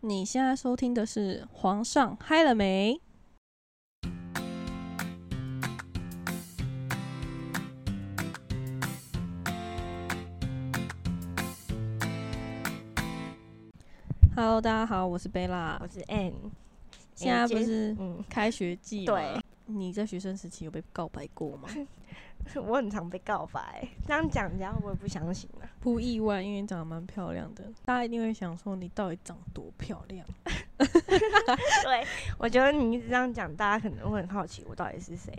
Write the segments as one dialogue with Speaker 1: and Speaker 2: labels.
Speaker 1: 你现在收听的是《皇上嗨了没》。Hello，大家好，我是贝拉
Speaker 2: 我。是 Ann，
Speaker 1: 现在
Speaker 2: 今
Speaker 1: 不
Speaker 2: 天
Speaker 1: 是
Speaker 2: 嗯，
Speaker 1: 开学季吗
Speaker 2: 对，
Speaker 1: 你在学生时期有被告白过吗？
Speaker 2: 我很常被告白，这样讲人家会不会不相信啊？
Speaker 1: 不意外，因为你长得蛮漂亮的，大家一定会想说你到底长多漂亮。
Speaker 2: 对，我觉得你一直这样讲，大家可能会很好奇我到底是谁。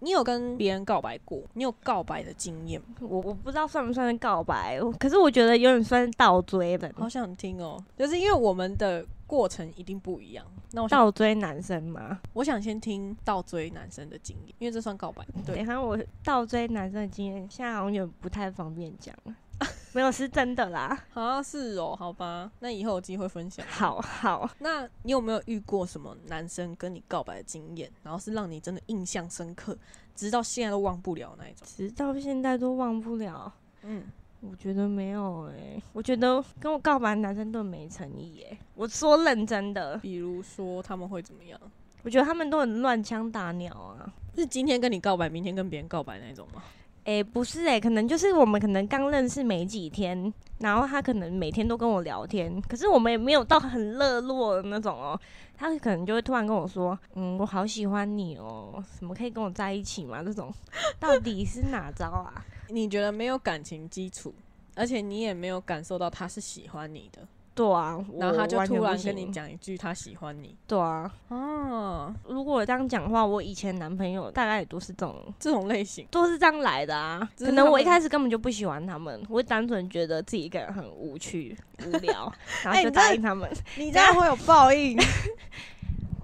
Speaker 1: 你有跟别人告白过？你有告白的经验吗？
Speaker 2: 我我不知道算不算是告白，我可是我觉得有点算是倒追的，
Speaker 1: 好想听哦，就是因为我们的过程一定不一样。那我想，
Speaker 2: 倒追男生吗？
Speaker 1: 我想先听倒追男生的经验，因为这算告白。对，
Speaker 2: 然后我倒追男生的经验，现在好像有点不太方便讲。 没有是真的啦，
Speaker 1: 好像是哦，好吧，那以后有机会分享。
Speaker 2: 好好，
Speaker 1: 那你有没有遇过什么男生跟你告白的经验，然后是让你真的印象深刻，直到现在都忘不了那一种？
Speaker 2: 直到现在都忘不了。
Speaker 1: 嗯，
Speaker 2: 我觉得没有哎、我觉得跟我告白的男生都很没诚意哎、我说认真的，
Speaker 1: 比如说他们会怎么样？
Speaker 2: 我觉得他们都很乱枪打鸟啊。
Speaker 1: 是今天跟你告白，明天跟别人告白那一种吗？
Speaker 2: 哎、不是哎、可能就是我们可能刚认识没几天，然后他可能每天都跟我聊天，可是我们也没有到很热络的那种哦、他可能就会突然跟我说，嗯，我好喜欢你哦、什么可以跟我在一起吗？这种到底是哪招啊？
Speaker 1: 你觉得没有感情基础，而且你也没有感受到他是喜欢你的，
Speaker 2: 对啊，我
Speaker 1: 然后他就
Speaker 2: 完全
Speaker 1: 突
Speaker 2: 不
Speaker 1: 然跟
Speaker 2: 行
Speaker 1: 你，讲一句他喜欢你，
Speaker 2: 对啊，
Speaker 1: 哦，
Speaker 2: 如果我这样讲话，我以前男朋友大概也都是这种
Speaker 1: 这种类型，
Speaker 2: 都是这样来的啊。
Speaker 1: 只是
Speaker 2: 可能我一
Speaker 1: 他们
Speaker 2: 开始根本就不喜欢他们，我单纯觉得自己一个人很无 趣、无聊，然
Speaker 1: 哎
Speaker 2: 后就
Speaker 1: 你真的
Speaker 2: 答应他们。
Speaker 1: 你这样会有报应。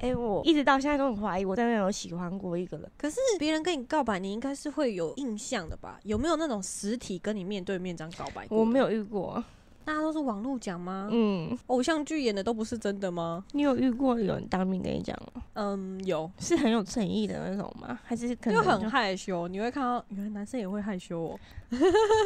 Speaker 2: 哎、我一直到现在都很怀疑，我真的有喜欢过一个人。
Speaker 1: 可是别人跟你告白，你应该是会有印象的吧？有没有那种实体跟你面对面这样告白过？
Speaker 2: 我没
Speaker 1: 有，
Speaker 2: 有遇过，
Speaker 1: 大家都是网络讲吗？
Speaker 2: 嗯，
Speaker 1: 偶像剧演的都不是真的吗？
Speaker 2: 你有遇过有人当面跟你讲吗
Speaker 1: 嗯，有，
Speaker 2: 是很有诚意的那种吗？还是可
Speaker 1: 因
Speaker 2: 能
Speaker 1: 为
Speaker 2: 就
Speaker 1: 很害羞，你会看到原来男生也会害羞哦。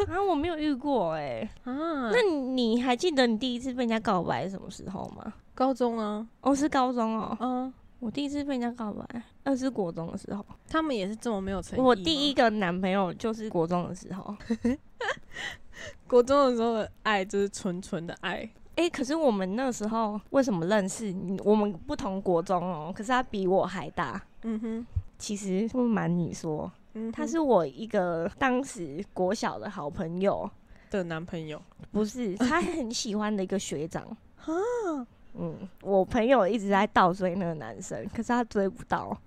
Speaker 2: 啊？我没有遇过哎、
Speaker 1: 啊，
Speaker 2: 那你还记得你第一次被人家告白是什么时候吗？
Speaker 1: 高中啊，
Speaker 2: 哦，是高中哦，
Speaker 1: 嗯，
Speaker 2: 我第一次被人家告白，那是国中的时候。
Speaker 1: 他们也是这么没有诚意吗。
Speaker 2: 我第一个男朋友就是国中的时候，
Speaker 1: 国中的时候的爱就是纯纯的爱，
Speaker 2: 诶，可是我们那时候为什么认识？嗯我们不同国中哦，可是他比我还大。
Speaker 1: 嗯哼，
Speaker 2: 其实不瞒你说，
Speaker 1: 嗯哼，
Speaker 2: 他是我一个当时国小的好朋友，
Speaker 1: 的男朋友，
Speaker 2: 不是他很喜欢的一个学长。嗯，我朋友一直在倒追那个男生，可是他追不到。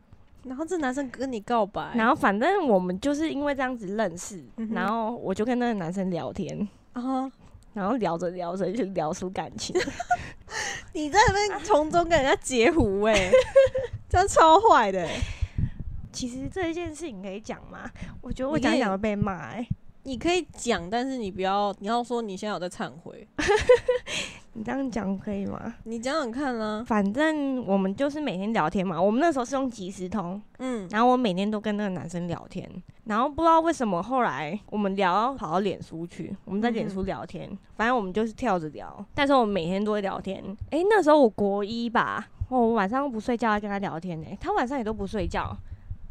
Speaker 1: 然后这男生跟你告白，
Speaker 2: 然后反正我们就是因为这样子认识
Speaker 1: 哎嗯，哼
Speaker 2: 然后我就跟那个男生聊天，
Speaker 1: 啊，
Speaker 2: 然后聊着聊着就聊出感情。
Speaker 1: 你在那边从中跟人家截胡哎、 这样超坏的、欸
Speaker 2: 其实这件事情可以讲吗？我觉得我
Speaker 1: 你可以
Speaker 2: 讲一讲会被骂、欸。
Speaker 1: 你可以讲，但是你不要，你要说你现在有在忏悔，
Speaker 2: 你这样讲可以吗？
Speaker 1: 你讲讲看啊啦、
Speaker 2: 反正我们就是每天聊天嘛。我们那时候是用即时通，
Speaker 1: 嗯，
Speaker 2: 然后我每天都跟那个男生聊天。然后不知道为什么后来我们聊到跑到脸书去，我们在脸书聊天，反正我们就是跳着聊。但是我们每天都会聊天。诶、那时候我国一吧，哦，我晚上都不睡觉，跟他聊天呢、他晚上也都不睡觉。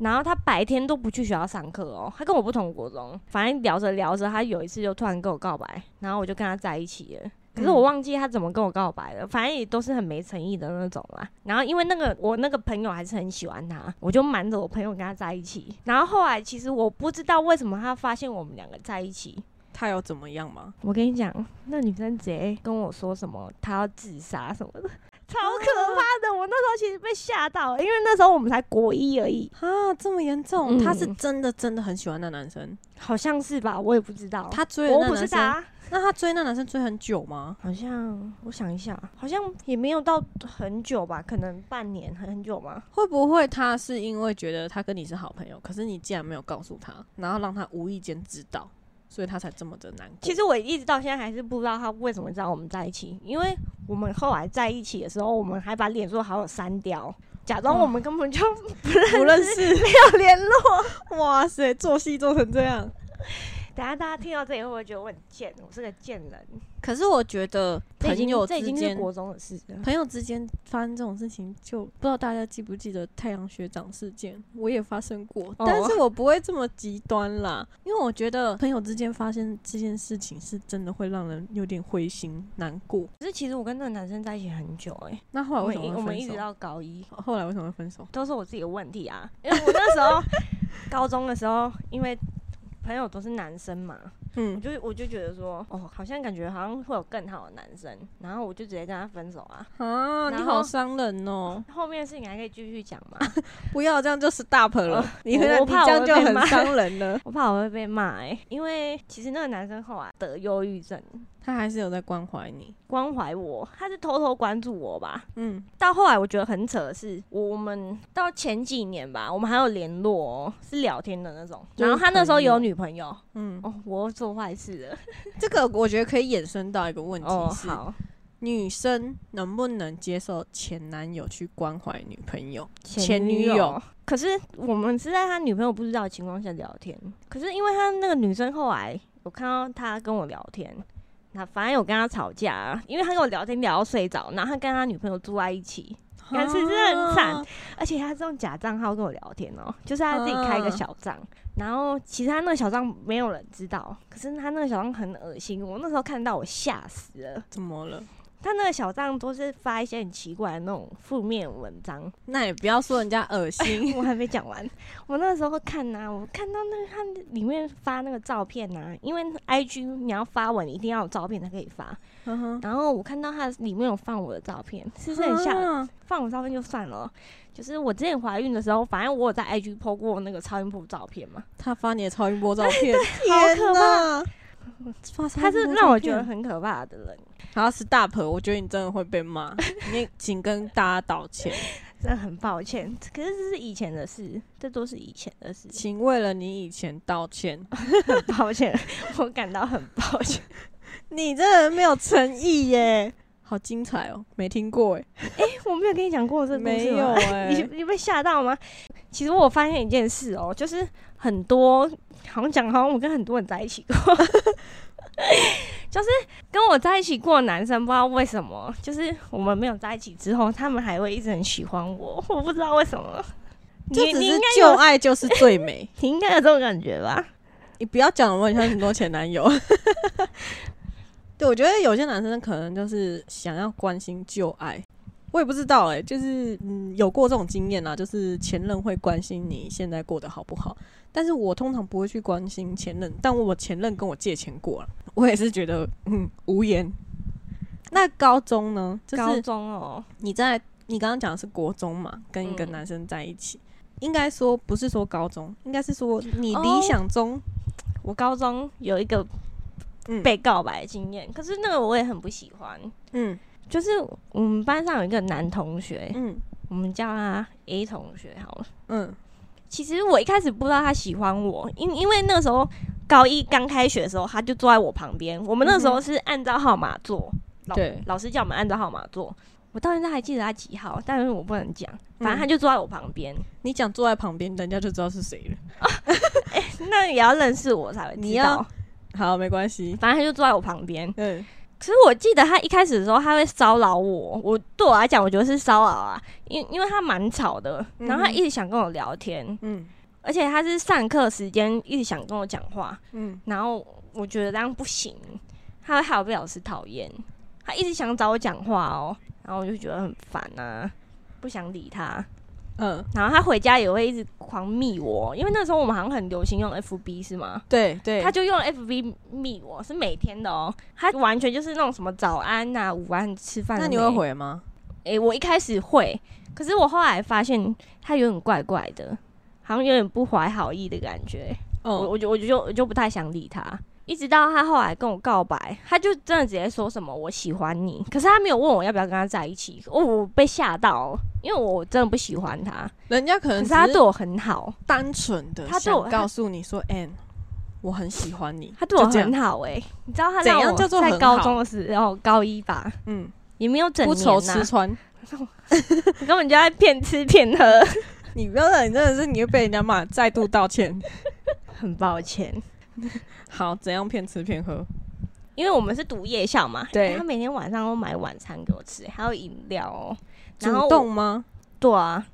Speaker 2: 然后他白天都不去学校上课哦，他跟我不同国中，反正聊着聊着，他有一次就突然跟我告白，然后我就跟他在一起了。可是我忘记他怎么跟我告白了，反正也都是很没诚意的那种啦。然后因为那个我那个朋友还是很喜欢他，我就瞒着我朋友跟他在一起。然后后来其实我不知道为什么他发现我们两个在一起。
Speaker 1: 他有怎么样吗？
Speaker 2: 我跟你讲，那女生直接跟我说什么她要自杀什么的，超可怕的。我那时候其实被吓到，因为那时候我们才国一而已，
Speaker 1: 啊，这么严重？
Speaker 2: 嗯
Speaker 1: 他是真的真的很喜欢那男生，
Speaker 2: 好像是吧？我也不知道，啊
Speaker 1: 他追了
Speaker 2: 我
Speaker 1: 那
Speaker 2: 不是
Speaker 1: 男生，
Speaker 2: 他，
Speaker 1: 那他追那男生追很久吗？
Speaker 2: 好像我想一下，好像也没有到很久吧，可能半年很久吗？
Speaker 1: 会不会他是因为觉得他跟你是好朋友，可是你竟然没有告诉他，然后让他无意间知道，所以他才这么的难过？
Speaker 2: 其实我一直到现在还是不知道他为什么知道我们在一起，因为我们后来在一起的时候，我们还把脸书好友删掉，假装我们根本就
Speaker 1: 不认识，
Speaker 2: 没有联络。
Speaker 1: 哇塞，做戏做成这样，
Speaker 2: 等下大家听到这里会不会觉得我很贱？我是个贱人。
Speaker 1: 可是我觉得
Speaker 2: 这已
Speaker 1: 朋
Speaker 2: 经
Speaker 1: 友
Speaker 2: 这
Speaker 1: 之
Speaker 2: 已经是
Speaker 1: 间，
Speaker 2: 国中的事了。
Speaker 1: 朋友之间发生这种事情就，不知道大家记不记得太阳学长事件，我也发生过，
Speaker 2: 哦
Speaker 1: 但是我不会这么极端啦，因为我觉得朋友之间发生这件事情是真的会让人有点灰心难过。
Speaker 2: 可是其实我跟那个男生在一起很久哎、
Speaker 1: 那后来
Speaker 2: 我
Speaker 1: 为
Speaker 2: 们
Speaker 1: 什
Speaker 2: 一
Speaker 1: 么
Speaker 2: 我
Speaker 1: 会
Speaker 2: 们
Speaker 1: 分
Speaker 2: 一直
Speaker 1: 手？
Speaker 2: 到高一
Speaker 1: 后来为什么会分手？
Speaker 2: 都是我自己的问题啊，因为我那时候高中的时候，因为朋友都是男生嘛，我
Speaker 1: 嗯，
Speaker 2: 就我就觉得说，哦，好像感觉好像会有更好的男生，然后我就直接跟他分手啊。
Speaker 1: 啊，你
Speaker 2: 然
Speaker 1: 好
Speaker 2: 后
Speaker 1: 伤人 哦！
Speaker 2: 后面的事情还可以继续讲嘛？
Speaker 1: 不要这样就 stop 了，你
Speaker 2: 哦我
Speaker 1: 会让
Speaker 2: 我
Speaker 1: 你
Speaker 2: 怕
Speaker 1: 这
Speaker 2: 我
Speaker 1: 样
Speaker 2: 会
Speaker 1: 就
Speaker 2: 被
Speaker 1: 很
Speaker 2: 骂
Speaker 1: 伤人了。
Speaker 2: 我怕我会被骂哎、因为其实那个男生后来得忧郁症，
Speaker 1: 他还是有在关怀你。
Speaker 2: 关怀我，他是偷偷关注我吧。
Speaker 1: 嗯，
Speaker 2: 到后来我觉得很扯的是，我我们到前几年吧，我们还有联络、哦，是聊天的那种。
Speaker 1: 就是
Speaker 2: 然后他那时候
Speaker 1: 朋友
Speaker 2: 有女朋友，
Speaker 1: 嗯，
Speaker 2: 哦，我做坏事了。
Speaker 1: 这个我觉得可以衍生到一个问
Speaker 2: 哦，
Speaker 1: 题是，
Speaker 2: 好，
Speaker 1: 女生能不能接受前男友去关怀女朋 友？
Speaker 2: 前
Speaker 1: 前女
Speaker 2: 女
Speaker 1: 友
Speaker 2: 友。可是我们是在他女朋友不知道的情况下聊天，可是因为他那个女生后来，我看到他跟我聊天，那反正有跟他吵架、啊，因为他跟我聊天聊到睡着，然后他跟他女朋友住在一起，但是真的很惨
Speaker 1: 啊，
Speaker 2: 而且他是用假账号跟我聊天哦、就是他自己开一个
Speaker 1: 啊
Speaker 2: 小账，然后其实他那个小账没有人知道，可是他那个小账很恶心，我那时候看到我吓死了。
Speaker 1: 怎么了？
Speaker 2: 他那个小账都是发一些很奇怪的那种负面文章，
Speaker 1: 那也不要说人家恶心
Speaker 2: 我还没讲完。我那个时候看呐、我看到那个他里面发那个照片呐、因为 I G 你要发文一定要有照片才可以发。
Speaker 1: 嗯哼
Speaker 2: 然后我看到他里面有放我的照片，是不是很像？
Speaker 1: 啊，
Speaker 2: 放我照片就算了，就是我之前怀孕的时候，反正我有在 I G po 过那个超音波照片嘛，
Speaker 1: 他发你的超音波照 片，
Speaker 2: 好可怕！
Speaker 1: 哪！发超
Speaker 2: 他是
Speaker 1: 音波
Speaker 2: 让我
Speaker 1: 照
Speaker 2: 觉得
Speaker 1: 片，
Speaker 2: 很可怕的人，
Speaker 1: 然后 stop，我觉得你真的会被 骂，你请跟大家道歉，
Speaker 2: 真的很抱歉。可是这是以前的事，这都是以前的 事，
Speaker 1: 请为了你以前道歉，
Speaker 2: 很抱歉，我感到很抱歉。
Speaker 1: 你这人没有诚意耶，好精彩哦，没听过哎，
Speaker 2: 我没有跟你讲过这个故
Speaker 1: 没
Speaker 2: 事吗
Speaker 1: 有哎、
Speaker 2: 你你被吓到吗？其实我发现一件事哦、就是很多好像讲好像我跟很多人在一起过， 就是跟我在一起过的男生，不知道为什么，就是我们没有在一起之后，他们还会一直很喜欢我，我不知道为什么。
Speaker 1: 就
Speaker 2: 你
Speaker 1: 只
Speaker 2: 你
Speaker 1: 是
Speaker 2: 应该
Speaker 1: 旧
Speaker 2: 有，
Speaker 1: 爱就是最美。
Speaker 2: 你应该有这种感觉吧？
Speaker 1: 你不要讲我，你像很多前男 友。对，我觉得有些男生可能就是想要关心旧爱，我也不知道哎、就是嗯，有过这种经验啦，就是前任会关心你现在过得好不好，但是我通常不会去关心前任，但我前任跟我借钱过了，我也是觉得嗯无言。那高中呢？就是
Speaker 2: 高中哦、
Speaker 1: 你在你刚刚讲的是国中嘛，跟一个
Speaker 2: 嗯
Speaker 1: 男生在一起，应该说不是说高中，应该是说你理
Speaker 2: 哦
Speaker 1: 想中，
Speaker 2: 我高中有一个
Speaker 1: 嗯
Speaker 2: 被告白的经验，可是那个我也很不喜欢。
Speaker 1: 嗯
Speaker 2: 就是我们班上有一个男同学，
Speaker 1: 嗯
Speaker 2: 我们叫他 A 同学好了。
Speaker 1: 嗯
Speaker 2: 其实我一开始不知道他喜欢我，因因为那个时候高一刚开学的时候，他就坐在我旁边。我们那时候是按照号码坐，
Speaker 1: 嗯
Speaker 2: 老
Speaker 1: 对
Speaker 2: 老师叫我们按照号码坐。我到现在还记得他几号，但是我不能讲，反
Speaker 1: 嗯
Speaker 2: 正他就坐在我旁边。
Speaker 1: 你讲坐在旁边，人家就知道是谁了。
Speaker 2: 那也要认识我才会
Speaker 1: 你
Speaker 2: 知
Speaker 1: 要
Speaker 2: 道。
Speaker 1: 好，没关系。
Speaker 2: 反正他就坐在我旁边。
Speaker 1: 嗯，
Speaker 2: 可是我记得他一开始的时候，他会骚扰我。我对我来讲，我觉得是骚扰啊，因因为他蛮吵的，然后他
Speaker 1: 嗯哼
Speaker 2: 一直想跟我聊天，
Speaker 1: 嗯
Speaker 2: 而且他是上课时间一直想跟我讲话。
Speaker 1: 嗯，
Speaker 2: 然后我觉得这样不行，他会害我被老师讨厌，他一直想找我讲话哦，然后我就觉得很烦啊，不想理他。
Speaker 1: 嗯，
Speaker 2: 然后他回家也会一直狂密我，因为那时候我们好像很流行用 FB 是吗？
Speaker 1: 对对，
Speaker 2: 他就用 FB 密我，是每天的哦，他完全就是那种什么早安呐、午安、吃饭。
Speaker 1: 那你会？回吗？
Speaker 2: 诶、我一开始会，可是我后来发现他有点怪怪的，好像有点不怀好意的感觉。我
Speaker 1: 哦，
Speaker 2: 我就我就我就不太想理他，一直到他后来跟我告白，他就真的直接说什么我喜欢你，可是他没有问我要不要跟他在一起，哦，我被吓到，哦因为我真的不喜欢他，
Speaker 1: 人家可
Speaker 2: 可
Speaker 1: 能
Speaker 2: 是
Speaker 1: 嗯只
Speaker 2: 他对
Speaker 1: 是
Speaker 2: 我很好，
Speaker 1: 单纯的
Speaker 2: 他对我
Speaker 1: 想告诉你说，Anne，我很喜欢你。
Speaker 2: 他对我
Speaker 1: 就这样
Speaker 2: 很好哎、你知道他
Speaker 1: 怎
Speaker 2: 让
Speaker 1: 样
Speaker 2: 我
Speaker 1: 叫做
Speaker 2: 在
Speaker 1: 很
Speaker 2: 高
Speaker 1: 好
Speaker 2: 中的时候，高一吧，
Speaker 1: 嗯，
Speaker 2: 也没有整
Speaker 1: 不
Speaker 2: 年
Speaker 1: 愁
Speaker 2: 呐、
Speaker 1: 吃穿。
Speaker 2: 你根本就在骗吃骗喝，
Speaker 1: 你不要，你真的是你会被人家骂，再度道歉。
Speaker 2: 很抱歉。
Speaker 1: 好，怎样骗吃骗喝？
Speaker 2: 因为我们是读夜校嘛，
Speaker 1: 对
Speaker 2: 欸他每天晚上都买晚餐给我吃，还有饮料哦、
Speaker 1: 主
Speaker 2: 然后我
Speaker 1: 动吗？
Speaker 2: 对啊，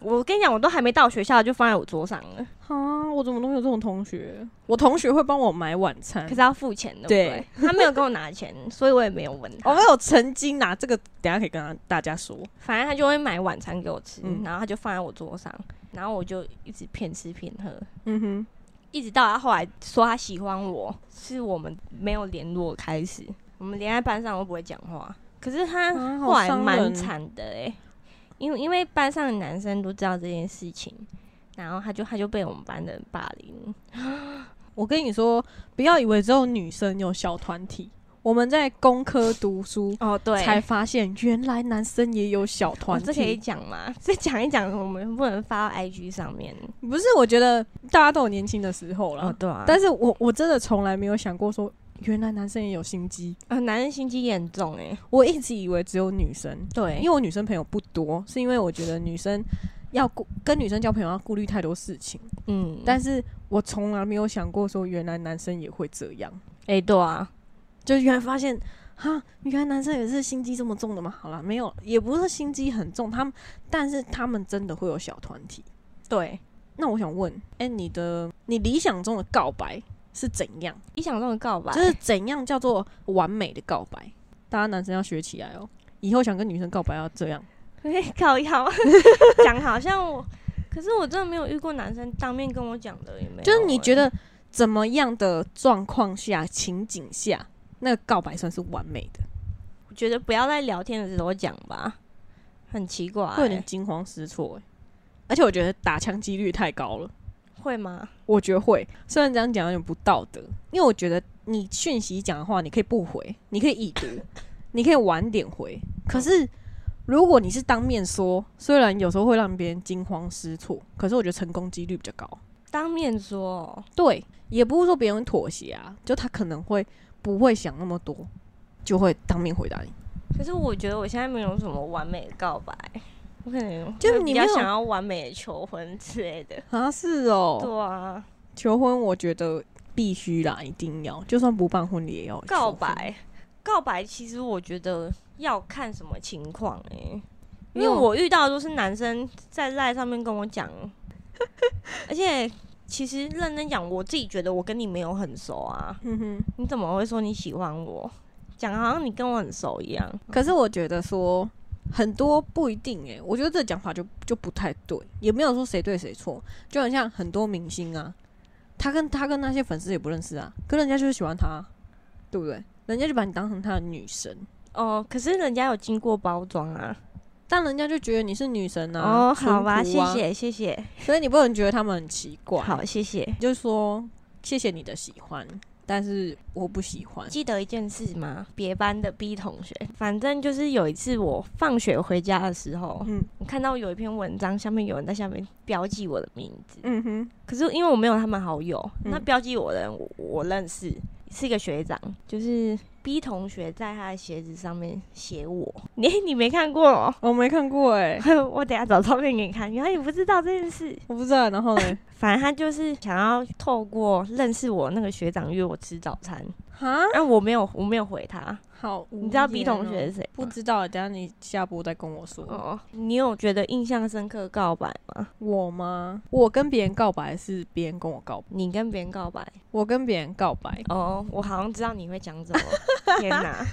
Speaker 2: 我跟你讲，我都还没到学校就放在我桌上了，
Speaker 1: 啊，我怎么都没有这种同学。我同学会帮我买晚餐
Speaker 2: 可，是要付钱的，
Speaker 1: 对哦
Speaker 2: 对不对？他没有跟我拿钱，所以我也没有问
Speaker 1: 我
Speaker 2: 他
Speaker 1: 们。有曾经拿这个，等一下可以跟他大家说。
Speaker 2: 反正他就会买晚餐给我吃，
Speaker 1: 嗯
Speaker 2: 然后他就放在我桌上，然后我就一直骗吃骗喝，
Speaker 1: 嗯哼，
Speaker 2: 一直到他后来说他喜欢我，是我们没有联络开始，我们连在班上都不会讲话。可是他
Speaker 1: 啊好
Speaker 2: 后来
Speaker 1: 伤
Speaker 2: 蛮
Speaker 1: 人
Speaker 2: 惨的哎、因为因为班上的男生都知道这件事情，然后他就他就被我们班的人霸凌。
Speaker 1: 我跟你说，不要以为只有女生有小团体，我们在工科读书
Speaker 2: 哦，对
Speaker 1: 才发现，原来男生也有小
Speaker 2: 我
Speaker 1: 团
Speaker 2: 这可
Speaker 1: 体。
Speaker 2: 以讲吗？ 这讲一讲，我们不能发到 IG 上面。
Speaker 1: 不是，我觉得大家都有年轻的时候啦，
Speaker 2: 对啊但
Speaker 1: 但是我我真的从来没有想过说，原来男生也有心机。
Speaker 2: 啊、男人心机也很重哎、
Speaker 1: 我一直以为只有女生，
Speaker 2: 对
Speaker 1: 因为我女生朋友不多，是因为我觉得女生要顾跟女生交朋友要顾虑太多事情，
Speaker 2: 嗯，
Speaker 1: 但是我从来没有想过说原来男生也会这样，
Speaker 2: 哎、对啊，
Speaker 1: 就原来发现哈，原来男生也是心机这么重的吗？好啦，没有，也不是心机很重，他们但是他们真的会有小团体。
Speaker 2: 对，
Speaker 1: 那我想问，哎、你的你理想中的告白是怎样？
Speaker 2: 一想中的告白，
Speaker 1: 就是怎样叫做完美的告白？大家男生要学起来哦，以后想跟女生告白要这样。
Speaker 2: 靠腰， 讲好像我，可是我真的没有遇过男生当面跟我讲的，也没有欸、
Speaker 1: 就是你觉得怎么样的状况下、情景下，那个告白算是完美的？
Speaker 2: 我觉得不要在聊天的时候讲吧，很奇怪欸、
Speaker 1: 会有点惊慌失措、欸，而且我觉得打枪几率太高了。
Speaker 2: 会吗？
Speaker 1: 我觉得会，虽然这样讲有点不道德，因为我觉得你讯息讲的话，你可以不回，你可以已 读，你可以晚点回。可是如果你是当面说，虽然有时候会让别人惊慌失措，可是我觉得成功几率比较高。
Speaker 2: 当面说哦，
Speaker 1: 对，也不是说别人妥协啊，就他可能会不会想那么多，就会当面回答你。
Speaker 2: 可是我觉得我现在没有什么完美的告白，我可能
Speaker 1: 就
Speaker 2: 会
Speaker 1: 你
Speaker 2: 比
Speaker 1: 没
Speaker 2: 较
Speaker 1: 有
Speaker 2: 想要完美的求婚之类的。
Speaker 1: 啊，是哦，
Speaker 2: 对啊，
Speaker 1: 求婚我觉得必须啦，一定要，就算不办婚礼也要求
Speaker 2: 告
Speaker 1: 婚。
Speaker 2: 白，告白其实我觉得要看什么情况哎、因
Speaker 1: 没
Speaker 2: 为
Speaker 1: 有
Speaker 2: 我遇到的都是男生在赖上面跟我讲， 而且其实认真讲，我自己觉得我跟你没有很熟啊，
Speaker 1: 嗯哼，
Speaker 2: 你怎么会说你喜欢我？讲得好像你跟我很熟一样，
Speaker 1: 可是我觉得说很多不一定诶、欸我觉得这讲法就就不太对，也没有说谁对谁错，就很像很多明星啊，他跟他跟那些粉丝也不认识啊，可人家就是喜欢他，啊对不对？人家就把你当成他的女神，
Speaker 2: 哦、可是人家有经过包装啊。
Speaker 1: 但人家就觉得你是女神啊。
Speaker 2: 哦，好吧，
Speaker 1: 淳
Speaker 2: 谢
Speaker 1: 朴啊。
Speaker 2: 谢谢谢，
Speaker 1: 所以你不能觉得他们很奇怪。
Speaker 2: 好，谢谢。
Speaker 1: 你就说谢谢你的喜欢，但是我不喜欢。
Speaker 2: 记得一件事吗？别班的 B 同学，反正就是有一次我放学回家的时候，
Speaker 1: 嗯
Speaker 2: 我看到有一篇文章，下面有人在下面标记我的名字，
Speaker 1: 嗯哼，
Speaker 2: 可是因为我没有他们好友，
Speaker 1: 嗯
Speaker 2: 那标记我的人我我认识，是一个学长，就是 B 同学在他的鞋子上面写我， 你你没看过、 哦？
Speaker 1: 我没看过哎、
Speaker 2: 我等一下找照片给你看，原来你不知道这件事。
Speaker 1: 我不知道。然后 呢？
Speaker 2: 反正他就是想要透过认识我那个学长约我吃早餐，
Speaker 1: 哈，
Speaker 2: 但我没有我没有回他。
Speaker 1: 好无言哦、
Speaker 2: 你知道 B 同学是谁
Speaker 1: 不
Speaker 2: 吗？
Speaker 1: 知道，等一下你下播再跟我说。
Speaker 2: 嗯哦，你有觉得印象深刻的告白吗？
Speaker 1: 我吗？我跟别人告白是别人跟我告白，
Speaker 2: 你跟别人告白？
Speaker 1: 我跟别人告白。
Speaker 2: 哦，我好像知道你会讲什么。 天哪！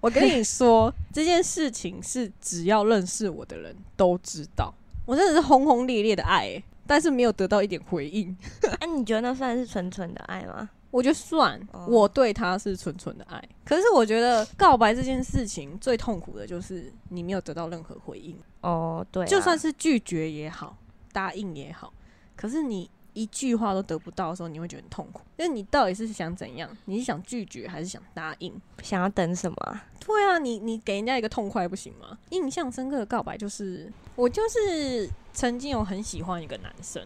Speaker 1: 我跟你 说这件事情是只要认识我的人都知道，我真的是轰轰烈烈的爱、欸，但是没有得到一点回应。
Speaker 2: 哎、你觉得那算是纯纯的爱吗？
Speaker 1: 我觉得算
Speaker 2: 哦
Speaker 1: 我对他是纯纯的爱，可是我觉得告白这件事情最痛苦的就是你没有得到任何回应，
Speaker 2: 哦，对啊、
Speaker 1: 就算是拒绝也好，答应也好，可是你一句话都得不到的时候，你会觉得很痛苦。就是你到底是想怎样？你是想拒绝还是想答应？
Speaker 2: 想要等什么啊、
Speaker 1: 对啊，你你给人家一个痛快不行吗？印象深刻的告白就是，我就是曾经有很喜欢一个男生，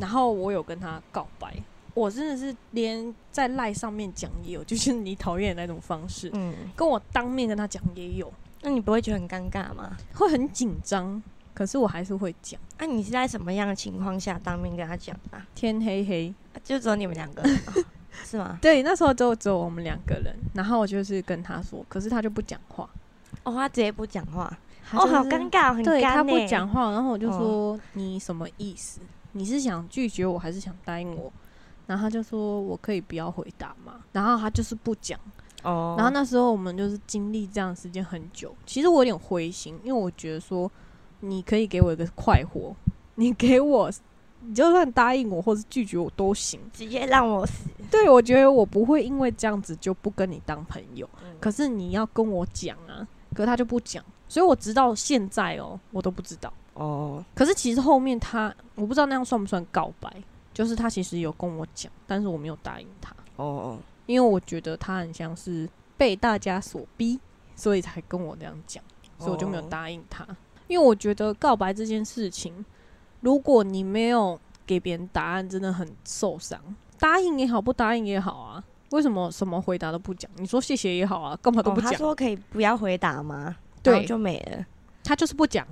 Speaker 1: 然后我有跟他告白，我真的是连在赖上面讲也有，就是你讨厌的那种方式，
Speaker 2: 嗯，
Speaker 1: 跟我当面跟他讲也有，
Speaker 2: 那你不会觉得很尴尬吗？
Speaker 1: 会很紧张。可是我还是会讲。
Speaker 2: 那、你是在什么样的情况下当面跟他讲啊？
Speaker 1: 天黑黑，
Speaker 2: 啊就只有你们两个人啊、 是吗？
Speaker 1: 对，那时候就只有我们两个人，然后我就是跟他说，可是他就不讲话，
Speaker 2: 哦，他直接不讲话，
Speaker 1: 他
Speaker 2: 哦，
Speaker 1: 就是
Speaker 2: 好尴尬，很
Speaker 1: 对
Speaker 2: 干
Speaker 1: 他不
Speaker 2: 欸
Speaker 1: 讲话，然后我就说、你什么意思？你是想拒绝我还是想答应我？然后他就说我可以不要回答嘛，然后他就是不讲。
Speaker 2: 哦，
Speaker 1: 然后？那时候我们就是经历这样的时间很久，其实我有点灰心，因为我觉得说你可以给我一个快活，你给我，你就算答应我或是拒绝我都行。
Speaker 2: 直接让我死。
Speaker 1: 对我觉得我不会因为这样子就不跟你当朋友，
Speaker 2: 嗯
Speaker 1: 可是你要跟我讲啊，可是他就不讲，所以我直到现在哦，我都不知道。
Speaker 2: 哦，
Speaker 1: 可是其实后面他，我不知道那样算不算告白，就是他其实有跟我讲，但是我没有答应他，
Speaker 2: 哦，
Speaker 1: 因为我觉得他很像是被大家所逼，所以才跟我这样讲，所以我就没有
Speaker 2: 哦
Speaker 1: 答应他。因为我觉得告白这件事情，如果你没有给别人答案，真的很受伤。答应也好，不答应也好啊，为什么什么回答都不讲？你说谢谢也好啊，干嘛都
Speaker 2: 哦
Speaker 1: 不讲？
Speaker 2: 他说可以不要回答吗？
Speaker 1: 对
Speaker 2: 然后就没了。
Speaker 1: 他就是不讲，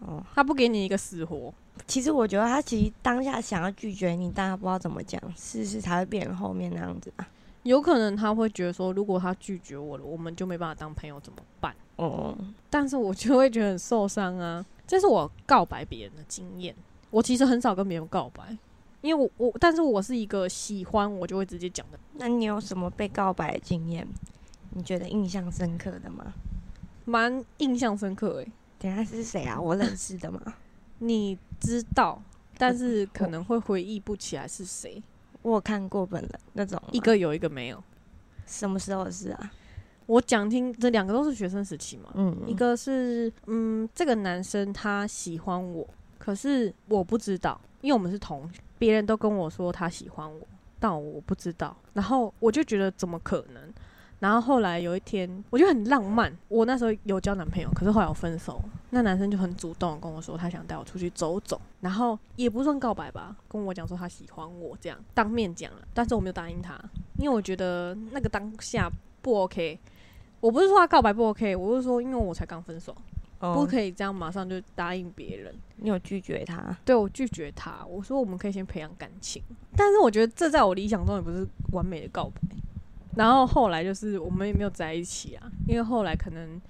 Speaker 2: 哦，
Speaker 1: 他不给你一个死活。
Speaker 2: 其实我觉得他其实当下想要拒绝你，但他不知道怎么讲，事实才会变成后面那样子啊。
Speaker 1: 有可能他会觉得说，如果他拒绝我了，我们就没办法当朋友，怎么办？
Speaker 2: 哦，
Speaker 1: 但是我就会觉得很受伤啊。这是我告白别人的经验。我其实很少跟别人告白，因为我我，但是我是一个喜欢我就会直接讲的，
Speaker 2: 那你有什么被告白的经验？你觉得印象深刻的吗？
Speaker 1: 蛮印象深刻诶、欸
Speaker 2: 等一下是谁啊？我认识的吗？
Speaker 1: 你知道，但是可能会回忆不起来是谁。
Speaker 2: 我有看过本人那种吗
Speaker 1: 一个有一个没有。
Speaker 2: 什么时候的事啊？
Speaker 1: 我讲听，这两个都是学生时期嘛。
Speaker 2: 嗯
Speaker 1: 一个是嗯，这个男生他喜欢我，可是我不知道，因为我们是同学，别人都跟我说他喜欢我，但我不知道，然后我就觉得怎么可能？然后后来有一天，我觉得很浪漫。我那时候有交男朋友，可是后来我分手，那男生就很主动地跟我说他想带我出去走走，然后也不算告白吧，跟我讲说他喜欢我，这样当面讲了，但是我没有答应他，因为我觉得那个当下不 OK。我不是说他告白不 OK，我是说因为我才刚分手，不
Speaker 2: 哦，
Speaker 1: 可以这样马上就答应别人。
Speaker 2: 你有拒绝他？
Speaker 1: 对我拒绝他，我说我们可以先培养感情，但是我觉得这在我理想中也不是完美的告白。然后后来就是我们也没有在一起啊，因为后来可能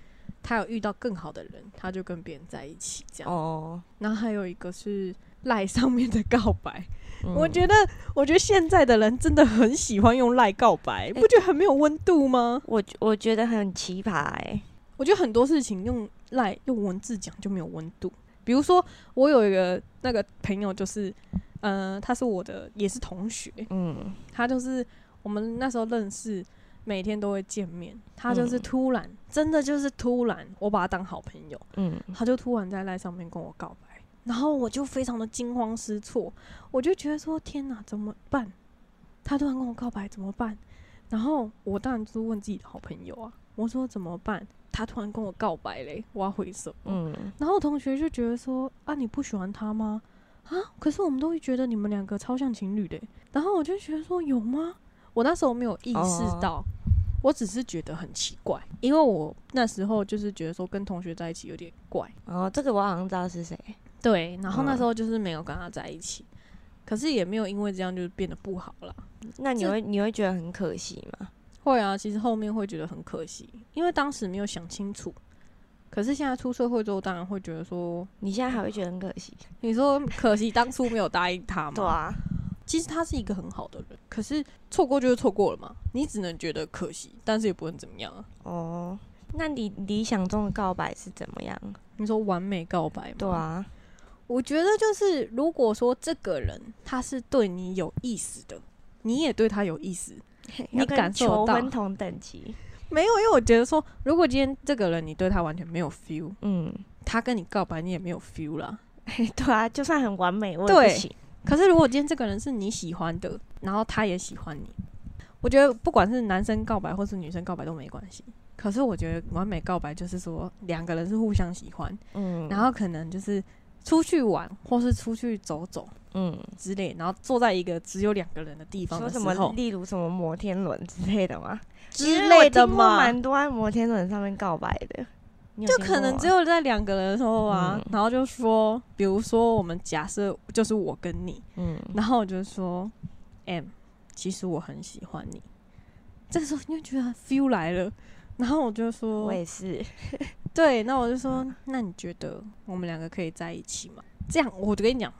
Speaker 1: 他有遇到更好的人，他就跟别人在一起这样。
Speaker 2: 哦，
Speaker 1: 然后还有一个是赖上面的告白，
Speaker 2: 嗯
Speaker 1: 我觉得我觉得现在的人真的很喜欢用赖告白，不觉得很没有温度吗？
Speaker 2: 我我觉得很奇葩哎、
Speaker 1: 我觉得很多事情用赖用文字讲就没有温度。比如说，我有一个那个朋友，就是，呃，他是我的也是同学，
Speaker 2: 嗯，
Speaker 1: 他就是我们那时候认识，每天都会见面。他就是
Speaker 2: 嗯
Speaker 1: 突然，真的就是突然，我把他当好朋友，
Speaker 2: 嗯，
Speaker 1: 他就突然在赖上面跟我告白，然后我就非常的惊慌失措，我就觉得说天哪，怎么办？他突然跟我告白怎么办？然后我当然就是问自己的好朋友啊，我说怎么办？他突然跟我告白嘞，我要回什么？
Speaker 2: 嗯，
Speaker 1: 然后同学就觉得说啊，你不喜欢他吗？啊，可是我们都会觉得你们两个超像情侣的欸。然后我就觉得说有吗？我那时候没有意识
Speaker 2: 哦
Speaker 1: 到，我只是觉得很奇怪，因为我那时候就是觉得说跟同学在一起有点怪，
Speaker 2: 哦，这个我好像知道是谁，
Speaker 1: 对。然后那
Speaker 2: 嗯
Speaker 1: 时候就是没有跟他在一起，可是也没有因为这样就变得不好啦。
Speaker 2: 那你
Speaker 1: 这
Speaker 2: 会你会觉得很可惜吗？
Speaker 1: 会啊，其实后面会觉得很可惜，因为当时没有想清楚。可是现在出社会之后，当然会觉得说，
Speaker 2: 你现在还会觉得很可惜？
Speaker 1: 你说 可惜当初没有答应 他嘛？
Speaker 2: 啊，
Speaker 1: 其实他是一个很好的人，可是错过就是错过了嘛，你只能觉得可惜，但是也不能怎么样啊。
Speaker 2: 哦，那你理想中的告白是怎么样？
Speaker 1: 你说完美告白吗？
Speaker 2: 对，啊，
Speaker 1: 我觉得就是如果说这个人他是对你有意思的，你也对他有意思，你
Speaker 2: 要跟
Speaker 1: 感受
Speaker 2: 求
Speaker 1: 到
Speaker 2: 婚同等级，
Speaker 1: 没有？因为我觉得说，如果今天这个人你对他完全没有 feel，
Speaker 2: 嗯，
Speaker 1: 他跟你告白你也没有 feel 啦。
Speaker 2: 对啊，就算很完美，我也
Speaker 1: 对
Speaker 2: 不行。
Speaker 1: 可是如果今天这个人是你喜欢的，然后他也喜欢你，我觉得不管是男生告白或是女生告白都没关系。可是我觉得完美告白就是说两个人是互相喜欢，
Speaker 2: 嗯，
Speaker 1: 然后可能就是出去玩或是出去走走
Speaker 2: 嗯，
Speaker 1: 之类，然后坐在一个只有两个人的地方
Speaker 2: 说
Speaker 1: 的时
Speaker 2: 什么
Speaker 1: 候
Speaker 2: 例如什么摩天轮之类的吗？
Speaker 1: 之类的嘛。
Speaker 2: 嘛，蛮多在摩天轮上面告白的。你有
Speaker 1: 就
Speaker 2: 听
Speaker 1: 可能
Speaker 2: 过
Speaker 1: 只有在两个人的时候啊，
Speaker 2: 嗯
Speaker 1: 然后就说，比如说我们假设就是我跟你，
Speaker 2: 嗯，
Speaker 1: 然后我就说，M，其实我很喜欢你。这时候你就觉得 feel 来了，然后我就说
Speaker 2: 我，也是，
Speaker 1: 对，那我就说，
Speaker 2: 嗯
Speaker 1: 那你觉得我们两个可以在一起吗？这样我就跟你讲，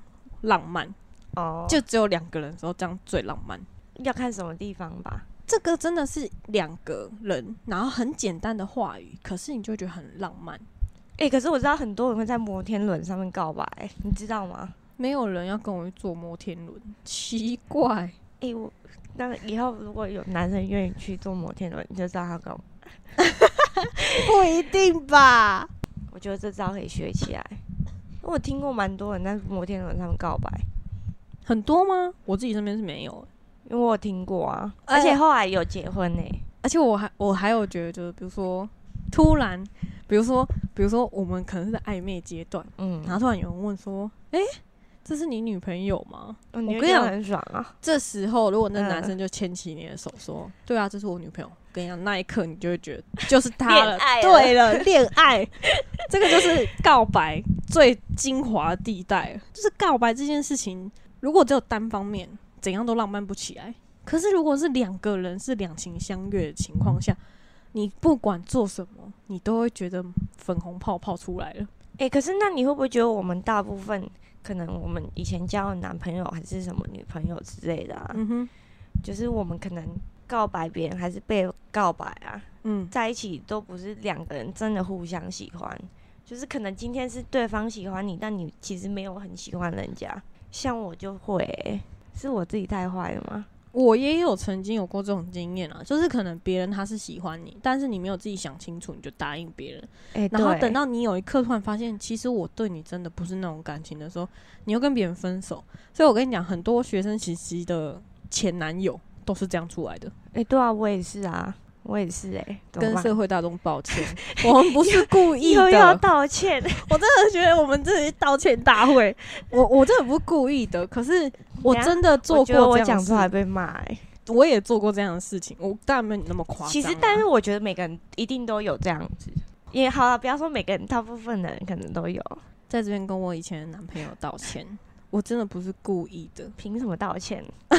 Speaker 1: 浪漫
Speaker 2: 哦，就
Speaker 1: 就只有两个人的时候，这样最浪漫。
Speaker 2: 要看什么地方吧。
Speaker 1: 这个真的是两个人，然后很简单的话语，可是你就会觉得很浪漫。
Speaker 2: 哎、可是我知道很多人会在摩天轮上面告白，你知道吗？
Speaker 1: 没有人要跟我去坐摩天轮，奇怪。
Speaker 2: 哎、我那以后如果有男生愿意去坐摩天轮，你就知道他干嘛。
Speaker 1: 不一定吧？
Speaker 2: 我觉得这招可以学起来。我听过蛮多人在摩天轮上面告白，
Speaker 1: 很多吗？我自己身边是没有欸、
Speaker 2: 因为我有听过啊，
Speaker 1: 哎
Speaker 2: 而且后来有结婚呢、
Speaker 1: 而且我还我还有觉得，就是比如说突然，比如说比如说我们可能是在暧昧阶段，
Speaker 2: 嗯，
Speaker 1: 然后突然有人问说：“诶，这是你女朋友吗我
Speaker 2: 我跟
Speaker 1: 跟你
Speaker 2: 哦你
Speaker 1: 讲
Speaker 2: 很爽啊！？”
Speaker 1: 这时候，如果那
Speaker 2: 嗯
Speaker 1: 男生就牵起你的手说：“对啊，这是我女朋友。”跟你讲，那一刻你就会 觉得就是他了
Speaker 2: 恋，爱了
Speaker 1: 对了，恋爱，这个就是告白最精华地带了。就是告白这件事情，如果只有单方面，怎样都浪漫不起来。可是如果是两个人是两情相悦的情况下，你不管做什么，你都会觉得粉红泡泡出来了。
Speaker 2: 哎、可是那你会不会觉得我们大部分可能我们以前交的男朋友还是什么女朋友之类的啊，
Speaker 1: 嗯哼，
Speaker 2: 就是我们可能告白别人还是被告白啊，
Speaker 1: 嗯，
Speaker 2: 在一起都不是两个人真的互相喜欢，就是可能今天是对方喜欢你，但你其实没有很喜欢人家。像我就会欸、是我自己太坏了吗？
Speaker 1: 我也有曾经有过这种经验啊，就是可能别人他是喜欢你，但是你没有自己想清楚，你就答应别人。
Speaker 2: 哎、
Speaker 1: 然后
Speaker 2: 对
Speaker 1: 等到你有一刻突然发现，其实我对你真的不是那种感情的时候，你又跟别人分手。所以我跟你讲，很多学生时期的前男友都是这样出来的，
Speaker 2: 哎、对啊，我也是啊，我也是哎、怎么
Speaker 1: 跟
Speaker 2: 办
Speaker 1: 社会大众道歉，我们不是故 意
Speaker 2: 又要
Speaker 1: 的。
Speaker 2: 道歉，
Speaker 1: 我真的觉得我们这是道歉大会， 我我真的不是故意的，可是我
Speaker 2: 等一下
Speaker 1: 真的做
Speaker 2: 啊我觉得
Speaker 1: 过这
Speaker 2: 我
Speaker 1: 样
Speaker 2: 讲
Speaker 1: 的
Speaker 2: 出
Speaker 1: 事，
Speaker 2: 来被骂、欸。
Speaker 1: 我也做过这样的事情，我当然没有你那么夸张啊。
Speaker 2: 其实，但是我觉得每个人一定都有这样子。也好啊了，不要说每个人，大部分的人可能都有。
Speaker 1: 在这边跟我以前的男朋友道歉， 我真的不是故意的。
Speaker 2: 凭什么道歉？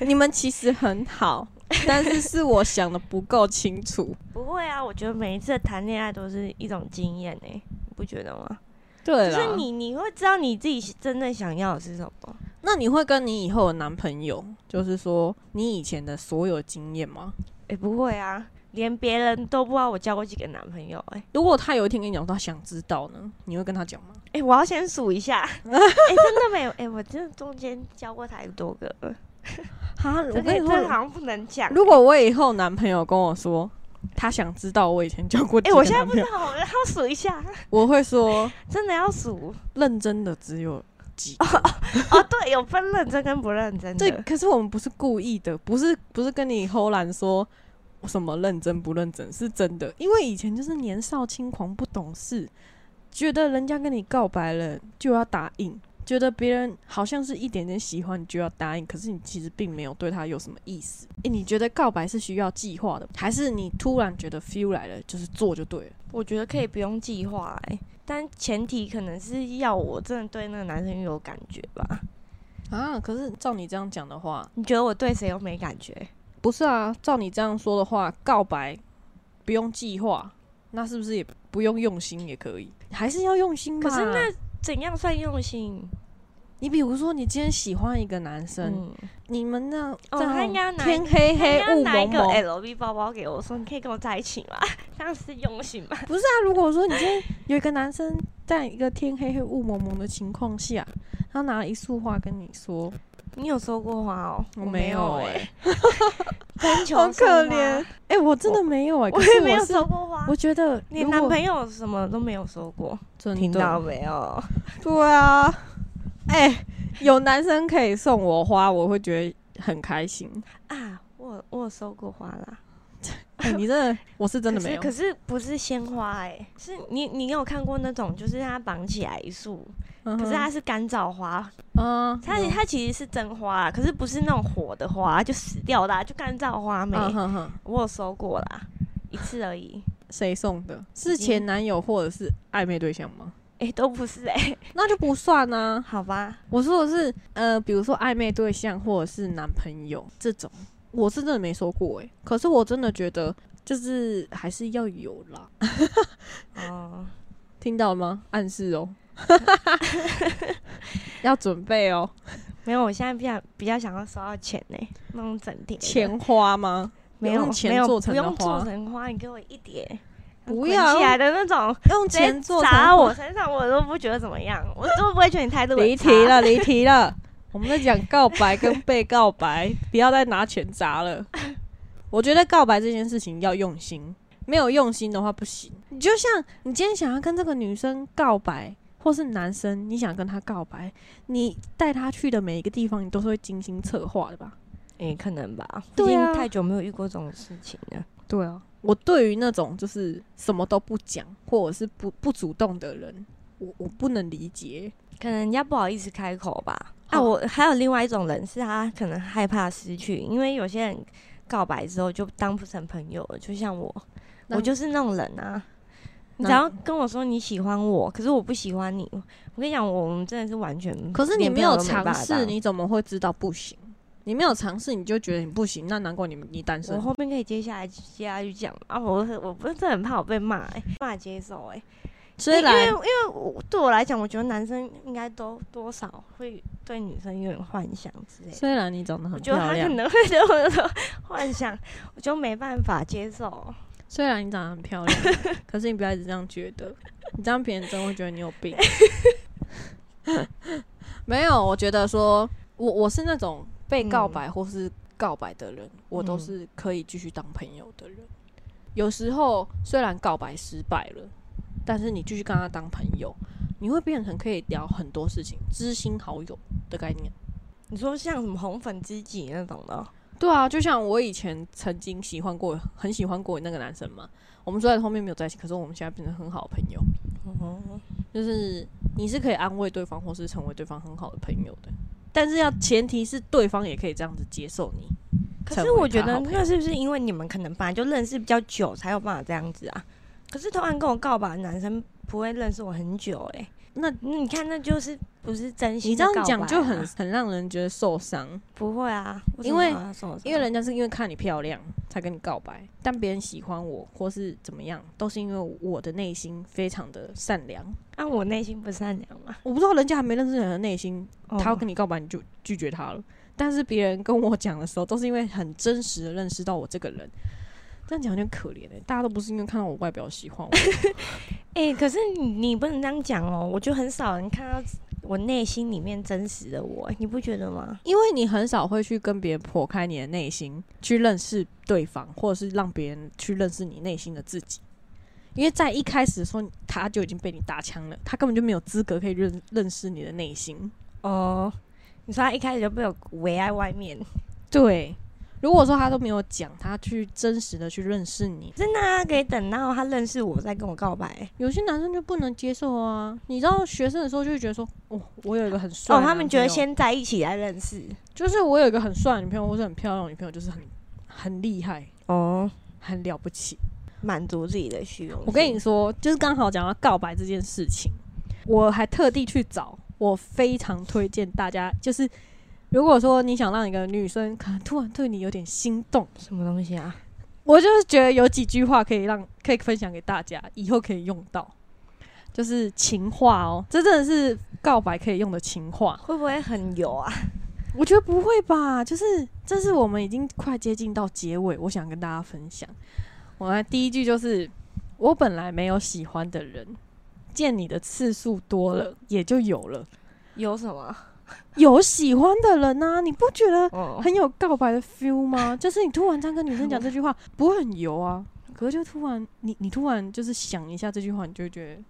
Speaker 1: 你们其实很好， 但是是我想的不够清楚。
Speaker 2: 不会啊，我觉得每一次谈恋爱都是一种经验哎、你不觉得吗？
Speaker 1: 对
Speaker 2: 就
Speaker 1: 啦，
Speaker 2: 是你你会知道你自己真正想要的是什么。
Speaker 1: 那你会跟你以后的男朋友，就是说你以前的所有经验吗？
Speaker 2: 哎、不会啊，连别人都不知道我交过几个男朋友哎、
Speaker 1: 如果他有一天跟你讲说他想知道呢，你会跟他讲吗？
Speaker 2: 哎、我要先数一下，哎、真的没有哎、我真的中间交过太多个了。
Speaker 1: 哈，我
Speaker 2: 这
Speaker 1: 跟
Speaker 2: 个
Speaker 1: 你
Speaker 2: 这个
Speaker 1: 说，
Speaker 2: 好像不能讲。
Speaker 1: 如果我以后男朋友跟我说他想知道我以前交过
Speaker 2: 哎、
Speaker 1: 几个
Speaker 2: 我现在
Speaker 1: 男
Speaker 2: 不
Speaker 1: 朋
Speaker 2: 知
Speaker 1: 友，
Speaker 2: 道，我要数一下，
Speaker 1: 我会说
Speaker 2: 真的要数。
Speaker 1: 认真的只有几
Speaker 2: 哦，对，有分认真跟不认真
Speaker 1: 对，
Speaker 2: 的。
Speaker 1: 可是我们不是故意的，不是不是跟你偷懒说什么认真不认真，是真的。因为以前就是年少轻狂不懂事，觉得人家跟你告白了就要答应，觉得别人好像是一点点喜欢你就要答应，可是你其实并没有对他有什么意思。诶，你觉得告白是需要计划的，还是你突然觉得 feel 来了就是做就对了？
Speaker 2: 我觉得可以不用计划哎、但前提可能是要我真的对那个男生有感觉吧？
Speaker 1: 啊，可是照你这样讲的话，
Speaker 2: 你觉得我对谁又没感觉？
Speaker 1: 不是啊，照你这样说的话，告白不用计划，那是不是也不用用心也可以？还是要用心吧。
Speaker 2: 可是那怎样算用心？
Speaker 1: 你比如说，你今天喜欢一个男生，
Speaker 2: 嗯，
Speaker 1: 你们那
Speaker 2: 哦
Speaker 1: 在
Speaker 2: 他
Speaker 1: 那
Speaker 2: 应该要
Speaker 1: 种
Speaker 2: 拿
Speaker 1: 天黑黑
Speaker 2: 他
Speaker 1: 雾
Speaker 2: 拿一
Speaker 1: 蒙
Speaker 2: 个
Speaker 1: 蒙，
Speaker 2: LV 包包给我，说你可以跟我在一起吗？ 这样是用心吗？
Speaker 1: 不是啊？如果说你今天有一个男生在一个天黑黑雾蒙蒙的情况下，他拿了一束花跟你说
Speaker 2: 你有说过话哦？：“
Speaker 1: 我
Speaker 2: 没
Speaker 1: 没有
Speaker 2: 哎、
Speaker 1: 欸
Speaker 2: 很
Speaker 1: 好可怜，。哎、我真的没有哎、可
Speaker 2: 我
Speaker 1: 是
Speaker 2: 也
Speaker 1: 我
Speaker 2: 没有
Speaker 1: 是
Speaker 2: 说过话
Speaker 1: 我。觉得
Speaker 2: 你
Speaker 1: 如
Speaker 2: 男
Speaker 1: 果嗯
Speaker 2: 朋友什么都没有说过，
Speaker 1: 真的
Speaker 2: 听到没有？
Speaker 1: 对啊，哎、有男生可以送我花，我会觉得很开心。
Speaker 2: 啊，我我有收过花啦，
Speaker 1: 哎、 你真的，我是真的没有
Speaker 2: 可是可是不是鲜花哎、是你你有看过那种就是它绑起来一束，
Speaker 1: 嗯哼，
Speaker 2: 可是它是干燥花，
Speaker 1: 嗯，
Speaker 2: 它
Speaker 1: 嗯
Speaker 2: 它其实是真花啦，可是不是那种活的花，就死掉的、啊，就干燥花没。
Speaker 1: 嗯嗯哼哼
Speaker 2: 我有收过啦，一次而已。
Speaker 1: 谁送的？是
Speaker 2: 已经
Speaker 1: 前男友或者是暧昧对象吗？
Speaker 2: 哎、都不是哎、
Speaker 1: 那就不算啊。
Speaker 2: 好吧，
Speaker 1: 我说的是，呃，比如说暧昧对象或者是男朋友这种，我是真的没说过诶、哎可是我真的觉得，就是还是要有啦。
Speaker 2: 哦，
Speaker 1: 听到了吗？暗示 哦， 要准备哦。
Speaker 2: 没有，我现在比较比较想要收到钱呢、那种整叠的
Speaker 1: 钱花吗？
Speaker 2: 没有
Speaker 1: 用钱
Speaker 2: 没有
Speaker 1: 做成
Speaker 2: 不
Speaker 1: 的
Speaker 2: 用
Speaker 1: 花
Speaker 2: 做成花，你给我一叠，
Speaker 1: 不
Speaker 2: 捆
Speaker 1: 要
Speaker 2: 起来的啊那种，
Speaker 1: 用
Speaker 2: 直接
Speaker 1: 钱做
Speaker 2: 砸
Speaker 1: 成
Speaker 2: 我身上，我都不觉得怎么样，我都不会觉得你态度很
Speaker 1: 离
Speaker 2: 差
Speaker 1: 题。了，离题了。我们在讲告白跟被告白，不要再拿钱砸 了。我觉得告白这件事情要用心，没有用心的话不行。你就像你今天想要跟这个女生告白，或是男生你想跟他告白，你带他去的每一个地方，你都是会精心策划的吧？
Speaker 2: 哎、可能吧，毕
Speaker 1: 对啊
Speaker 2: 竟太久没有遇过这种事情了。
Speaker 1: 对啊，我对于那种就是什么都不讲，或者是不不主动的人，我我不能理解。
Speaker 2: 可能人家不好意思开口吧。啊，
Speaker 1: 哦
Speaker 2: 我还有另外一种人是他可能害怕失去，因为有些人告白之后就当不成朋友了，就像我，
Speaker 1: 那
Speaker 2: 我就是那种人啊。你
Speaker 1: 那
Speaker 2: 只要跟我说你喜欢我，可是我不喜欢你，我跟你讲，我们真的是完全
Speaker 1: 可嗯是你
Speaker 2: 连
Speaker 1: 没
Speaker 2: 朋友
Speaker 1: 有
Speaker 2: 都没办
Speaker 1: 尝
Speaker 2: 法
Speaker 1: 试，
Speaker 2: 当
Speaker 1: 你怎么会知道不行？你没有尝试，你就觉得你不行，那难怪你你单身
Speaker 2: 我。后面可以接下来接下去讲啊，我我不是真的很怕我被骂、欸，无法接受哎、
Speaker 1: 虽
Speaker 2: 因为
Speaker 1: 然
Speaker 2: 因为我对我来讲，我觉得男生应该都多少会对女生有点幻想之类的。
Speaker 1: 虽然你长得
Speaker 2: 我
Speaker 1: 很
Speaker 2: 觉得
Speaker 1: 漂
Speaker 2: 他可
Speaker 1: 亮，
Speaker 2: 能会对我有种幻想， 我就没办法接受。
Speaker 1: 虽然你长得很漂亮，可是你不要一直这样觉得，你这样别人真的会觉得你有病。没有，我觉得说我我是那种被告白或是告白的人，我都
Speaker 2: 嗯
Speaker 1: 是可以继续当朋友的人。有时候虽然告白失败了，但是你继续跟他当朋友，你会变成可以聊很多事情，知心好友的概念。
Speaker 2: 你说像什么红粉知己那种的哦，
Speaker 1: 对啊，就像我以前曾经喜欢过，很喜欢过那个男生嘛。我们虽然后面没有在一起，可是我们现在变成很好的朋友。
Speaker 2: 哦
Speaker 1: 就是你是可以安慰对方，或是成为对方很好的朋友的，但是要前提是对方也可以这样子接受你。
Speaker 2: 可
Speaker 1: 成
Speaker 2: 是
Speaker 1: 为
Speaker 2: 我觉
Speaker 1: 他
Speaker 2: 得
Speaker 1: 好朋友
Speaker 2: 那是不是因为你们可能本来就认识比较久，才有办法这样子啊？可是通常跟我告白的男生不会认识我很久哎、
Speaker 1: 那
Speaker 2: 你看那就是不是真心、
Speaker 1: 你这样讲就很很让人觉得受伤，
Speaker 2: 啊不会啊，
Speaker 1: 因为
Speaker 2: 什么要受伤
Speaker 1: 因为人家是因为看你漂亮才跟你告白，但别人喜欢我或是怎么样，都是因为我的内心非常的善良。
Speaker 2: 啊，我内心不善良嘛，
Speaker 1: 我不知道人家还没认识人的内心，他要
Speaker 2: 哦
Speaker 1: 跟你告白你就拒绝他了。但是别人跟我讲的时候，都是因为很真实的认识到我这个人。这样讲有点可怜哎、大家都不是因为看到我外表喜欢我，
Speaker 2: 哎、可是你你不能这样讲哦，我就很少人看到我内心里面真实的我，欸你不觉得吗？
Speaker 1: 因为你很少会去跟别人剖开你的内心，去认识对方，或者是让别人去认识你内心的自己。因为在一开始的时候，他就已经被你打枪了，他根本就没有资格可以认认识你的内心。
Speaker 2: 哦，你说他一开始就被我围在外面，
Speaker 1: 对，如果说他都没有讲，他去真实的去认识你，
Speaker 2: 真的啊，可以等到他认识我再跟我告白
Speaker 1: 有些男生就不能接受啊。你知道学生的时候就会觉得说，哦，我有一个很帅的
Speaker 2: 哦，
Speaker 1: 男朋友，
Speaker 2: 他们觉得先在一起再认识
Speaker 1: 就是我有一个很帅的女朋友，或者很漂亮的女朋友，就是很很厉害，
Speaker 2: 哦，
Speaker 1: 很了不起。
Speaker 2: 满足自己的虚荣心。
Speaker 1: 我跟你说，就是刚好讲到告白这件事情，我还特地去找，我非常推荐大家，就是如果说你想让一个女生可能突然对你有点心动，
Speaker 2: 什么东西啊？
Speaker 1: 我就是觉得有几句话可以让可以分享给大家，以后可以用到，就是情话哦，这真的是告白可以用的情话。
Speaker 2: 会不会很油啊？
Speaker 1: 我觉得不会吧，就是这是我们已经快接近到结尾，我想跟大家分享。我来第一句就是：我本来没有喜欢的人，见你的次数多了，也就有了。
Speaker 2: 有什么？
Speaker 1: 有喜欢的人呐、你不觉得
Speaker 2: 哦，
Speaker 1: 很有告白的 feel 吗？ 就是你突然这样跟女生讲这句话，不会很油啊。可是就突然，你你突然就是想一下这句话，你就会觉得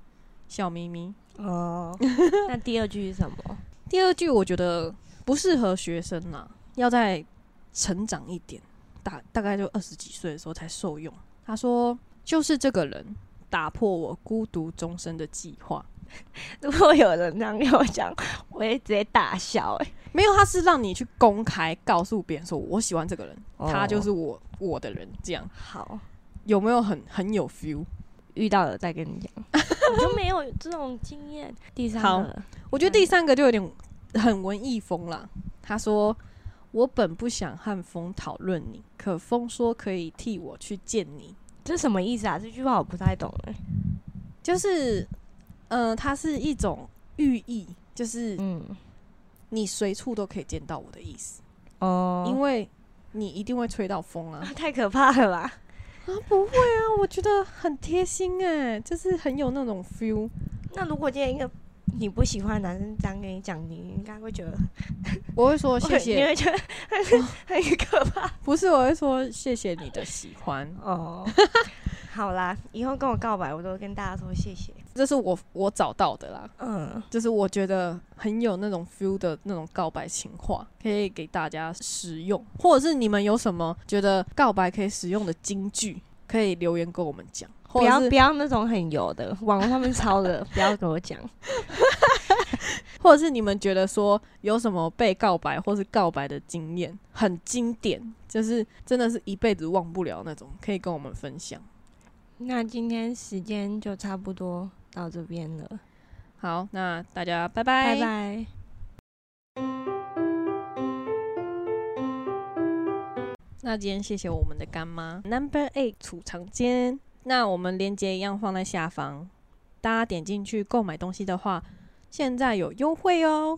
Speaker 1: 笑眯眯。
Speaker 2: 哦， 那第二句是什么？
Speaker 1: 第二句我觉得不适合学生啦，要再成长一点，大大概就二十几岁的时候才受用。他说：“就是这个人打破我孤独终身的计划。
Speaker 2: 如果有人这样跟我讲，我会直接大笑、欸。”
Speaker 1: 没有，他是让你去公开告诉别人说我喜欢这个人，
Speaker 2: 哦
Speaker 1: 他就是我我的人这样。
Speaker 2: 好，
Speaker 1: 有没有很很有 feel？
Speaker 2: 遇到了再跟你讲，我就没有这种经验。第三
Speaker 1: 好
Speaker 2: 个，
Speaker 1: 我觉得第三个就有点很文艺风啦。他说：“我本不想和风讨论你，可风说可以替我去见你。
Speaker 2: 这什么意思啊？这句话我不太懂哎、”
Speaker 1: 就是，呃，它是一种寓意，就是
Speaker 2: 嗯，
Speaker 1: 你随处都可以见到我的意思，
Speaker 2: 哦
Speaker 1: 因为你一定会吹到风啊。
Speaker 2: 太可怕了吧？
Speaker 1: 啊，不会啊，我觉得很贴心哎、就是很有那种 feel。
Speaker 2: 那如果今天一个你不喜欢的男生这样跟你讲，你应该会觉得
Speaker 1: 我会说谢
Speaker 2: 你
Speaker 1: 谢，
Speaker 2: 会 觉得很很可怕
Speaker 1: 不是我会说谢谢你的喜欢，
Speaker 2: 哦。 好啦，以后跟我告白，我都跟大家说谢谢。
Speaker 1: 这是我我找到的啦。
Speaker 2: 嗯，
Speaker 1: 就是我觉得很有那种 feel 的那种告白情话，可以给大家使用，或者是你们有什么觉得告白可以使用的金句，可以留言跟我们讲，或
Speaker 2: 不
Speaker 1: 者
Speaker 2: 要
Speaker 1: 是
Speaker 2: 不要那种很油的，网络上面 抄的，不要跟我讲。
Speaker 1: 或者是你们觉得说有什么被告白或是告白的经验很经典，就是真的是一辈子忘不了那种，可以跟我们分享。
Speaker 2: 那今天时间就差不多到这边了，
Speaker 1: 好，那大家
Speaker 2: 拜拜。
Speaker 1: 那今天谢谢我们的干妈 Number Eight 储藏间，那我们链接一样放在下方，大家点进去购买东西的话，现在有优惠哦。